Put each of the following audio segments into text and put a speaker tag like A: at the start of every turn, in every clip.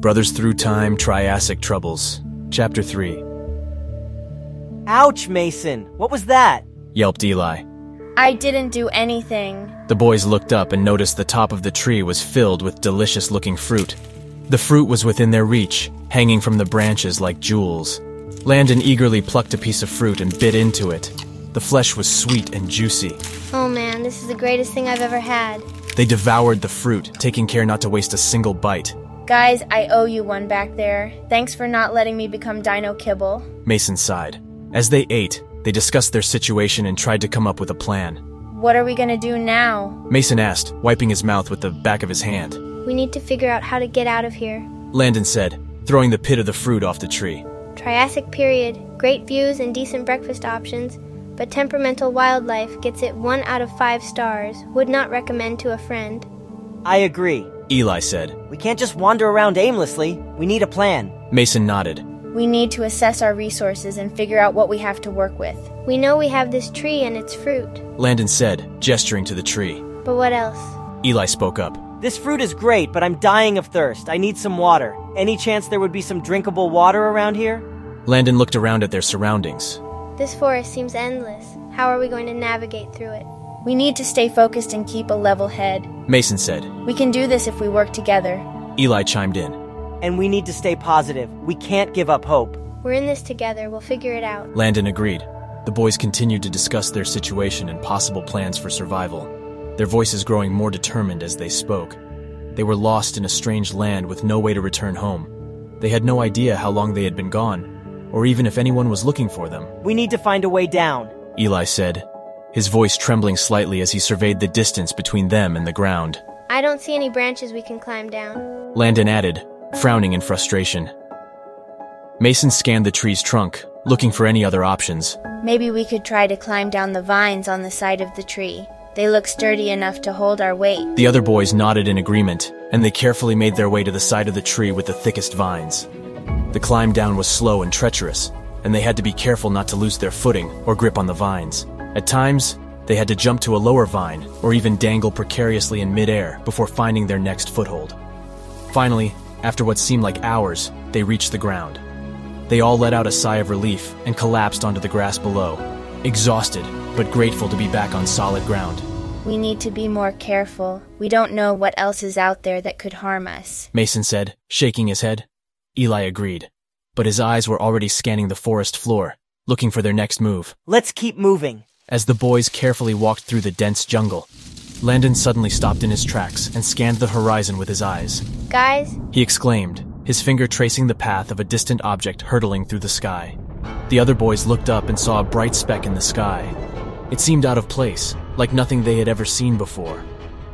A: Brothers Through Time Triassic Troubles, Chapter 3,
B: Ouch, Mason. What was that?
A: yelped Eli.
C: I didn't do anything.
A: The boys looked up and noticed the top of the tree was filled with delicious looking fruit. The fruit was within their reach, hanging from the branches like jewels. Landon eagerly plucked a piece of fruit and bit into it. The flesh was sweet and juicy.
D: Oh man, this is the greatest thing I've ever had.
A: They devoured the fruit, taking care not to waste a single bite.
C: Guys, I owe you one back there. Thanks for not letting me become Dino Kibble.
A: Mason sighed. As they ate, they discussed their situation and tried to come up with a plan.
C: What are we gonna do now?
A: Mason asked, wiping his mouth with the back of his hand.
D: We need to figure out how to get out of here.
A: Landon said, throwing the pit of the fruit off the tree.
D: Triassic period, great views and decent breakfast options, but temperamental wildlife gets it one out of five stars. Would not recommend to a friend.
B: I agree.
A: Eli said.
B: We can't just wander around aimlessly. We need a plan.
A: Mason nodded.
C: We need to assess our resources and figure out what we have to work with.
D: We know we have this tree and its fruit,
A: Landon said, gesturing to the tree.
D: but what else?
A: Eli spoke up.
B: This fruit is great, but I'm dying of thirst. I need some water. Any chance there would be some drinkable water around here?
A: Landon looked around at their surroundings.
D: This forest seems endless. How are we going to navigate through it?
C: We need to stay focused and keep a level head.
A: Mason said.
C: We can do this if we work together.
A: Eli chimed in.
B: And we need to stay positive. We can't give up hope.
D: We're in this together, we'll figure it out.
A: Landon agreed. The boys continued to discuss their situation and possible plans for survival, their voices growing more determined as they spoke. They were lost in a strange land with no way to return home. They had no idea how long they had been gone, or even if anyone was looking for them.
B: We need to find a way down.
A: Eli said, his voice trembling slightly as he surveyed the distance between them and the ground.
D: I don't see any branches we can climb down.
A: Landon added, frowning in frustration. Mason scanned the tree's trunk, looking for any other options.
C: Maybe we could try to climb down the vines on the side of the tree. They look sturdy enough to hold our weight.
A: The other boys nodded in agreement, and they carefully made their way to the side of the tree with the thickest vines. The climb down was slow and treacherous, and they had to be careful not to lose their footing or grip on the vines. At times, they had to jump to a lower vine or even dangle precariously in midair before finding their next foothold. Finally, after what seemed like hours, they reached the ground. They all let out a sigh of relief and collapsed onto the grass below, exhausted but grateful to be back on solid ground.
C: We need to be more careful. We don't know what else is out there that could harm us.
A: Mason said, shaking his head. Eli agreed, but his eyes were already scanning the forest floor, looking for their next move.
B: Let's keep moving.
A: As the boys carefully walked through the dense jungle, Landon suddenly stopped in his tracks and scanned the horizon with his eyes.
D: Guys,
A: He exclaimed, his finger tracing the path of a distant object hurtling through the sky. The other boys looked up and saw a bright speck in the sky. It seemed out of place, like nothing they had ever seen before.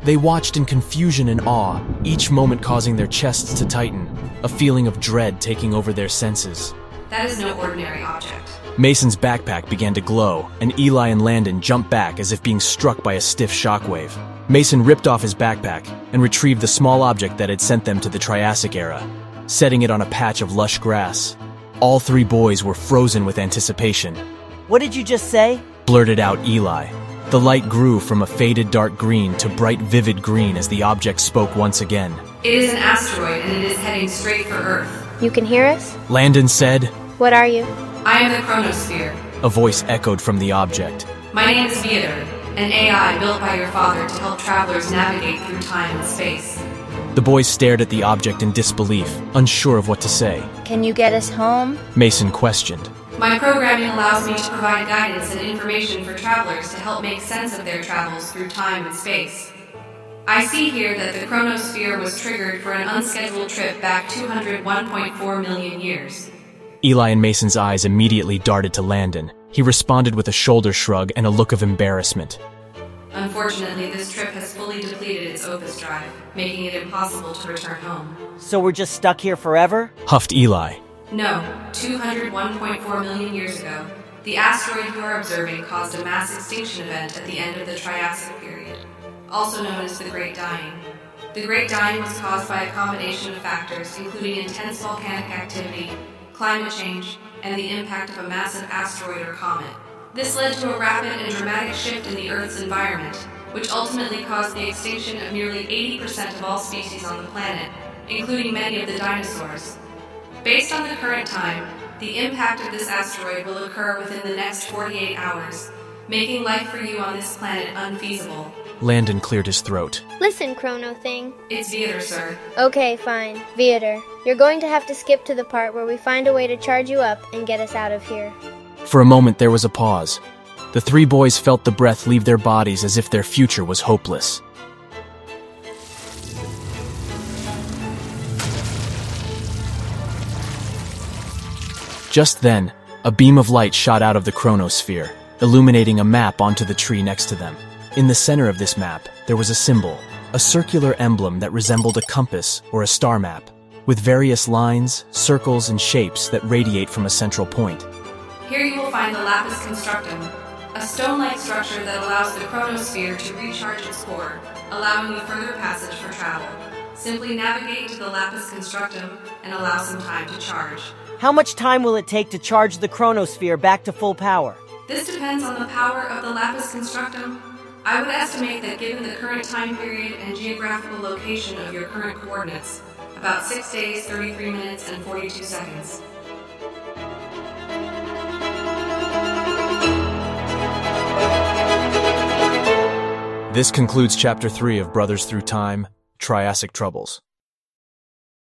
A: They watched in confusion and awe, each moment causing their chests to tighten, a feeling of dread taking over their senses.
E: That is no ordinary object.
A: Mason's backpack began to glow, and Eli and Landon jumped back as if being struck by a stiff shockwave. Mason ripped off his backpack and retrieved the small object that had sent them to the Triassic era, setting it on a patch of lush grass. All three boys were frozen with anticipation,
B: What did you just say?
A: blurted out Eli. The light grew from a faded dark green to bright vivid green as the object spoke once again.
E: It is an asteroid and it is heading straight for Earth.
D: you can hear us?
A: Landon said,
D: What are you?
E: I am the Chronosphere.
A: a voice echoed from the object.
E: My name is Viator, an AI built by your father to help travelers navigate through time and space.
A: The boys stared at the object in disbelief, unsure of what to say.
C: Can you get us home?
A: Mason questioned.
E: My programming allows me to provide guidance and information for travelers to help make sense of their travels through time and space. I see here that the Chronosphere was triggered for an unscheduled trip back 201.4 million years.
A: Eli and Mason's eyes immediately darted to Landon. He responded with a shoulder shrug and a look of embarrassment.
E: Unfortunately, this trip has fully depleted its Opus drive, making it impossible to return home.
B: So we're just stuck here forever?
A: Huffed Eli.
E: No, 201.4 million years ago, the asteroid you are observing caused a mass extinction event at the end of the Triassic period, also known as the Great Dying. The Great Dying was caused by a combination of factors, including intense volcanic activity, climate change, and the impact of a massive asteroid or comet. This led to a rapid and dramatic shift in the Earth's environment, which ultimately caused the extinction of nearly 80% of all species on the planet including many of the dinosaurs. Based on the current time, the impact of this asteroid will occur within the next 48 hours, making life for you on this planet unfeasible.
A: Landon cleared his throat.
D: Listen, Chrono Thing.
E: It's Veeder, sir.
D: Okay, fine. Viator, you're going to have to skip to the part where we find a way to charge you up and get us out of here.
A: For a moment, there was a pause. The three boys felt the breath leave their bodies as if their future was hopeless. Just then, a beam of light shot out of the chronosphere, illuminating a map onto the tree next to them. In the center of this map, there was a symbol, a circular emblem that resembled a compass or a star map, with various lines, circles, and shapes that radiate from a central point.
E: Here you will find the Lapis Constructum, a stone like structure that allows the chronosphere to recharge its core, allowing you further passage for travel. Simply navigate to the Lapis Constructum and allow some time to charge.
B: How much time will it take to charge the chronosphere back to full power?
E: This depends on the power of the Lapis Constructum. I would estimate that given the current time period and geographical location of your current coordinates, about 6 days, 33 minutes, and 42 seconds.
A: This concludes Chapter 3 of Brothers Through Time Triassic Troubles.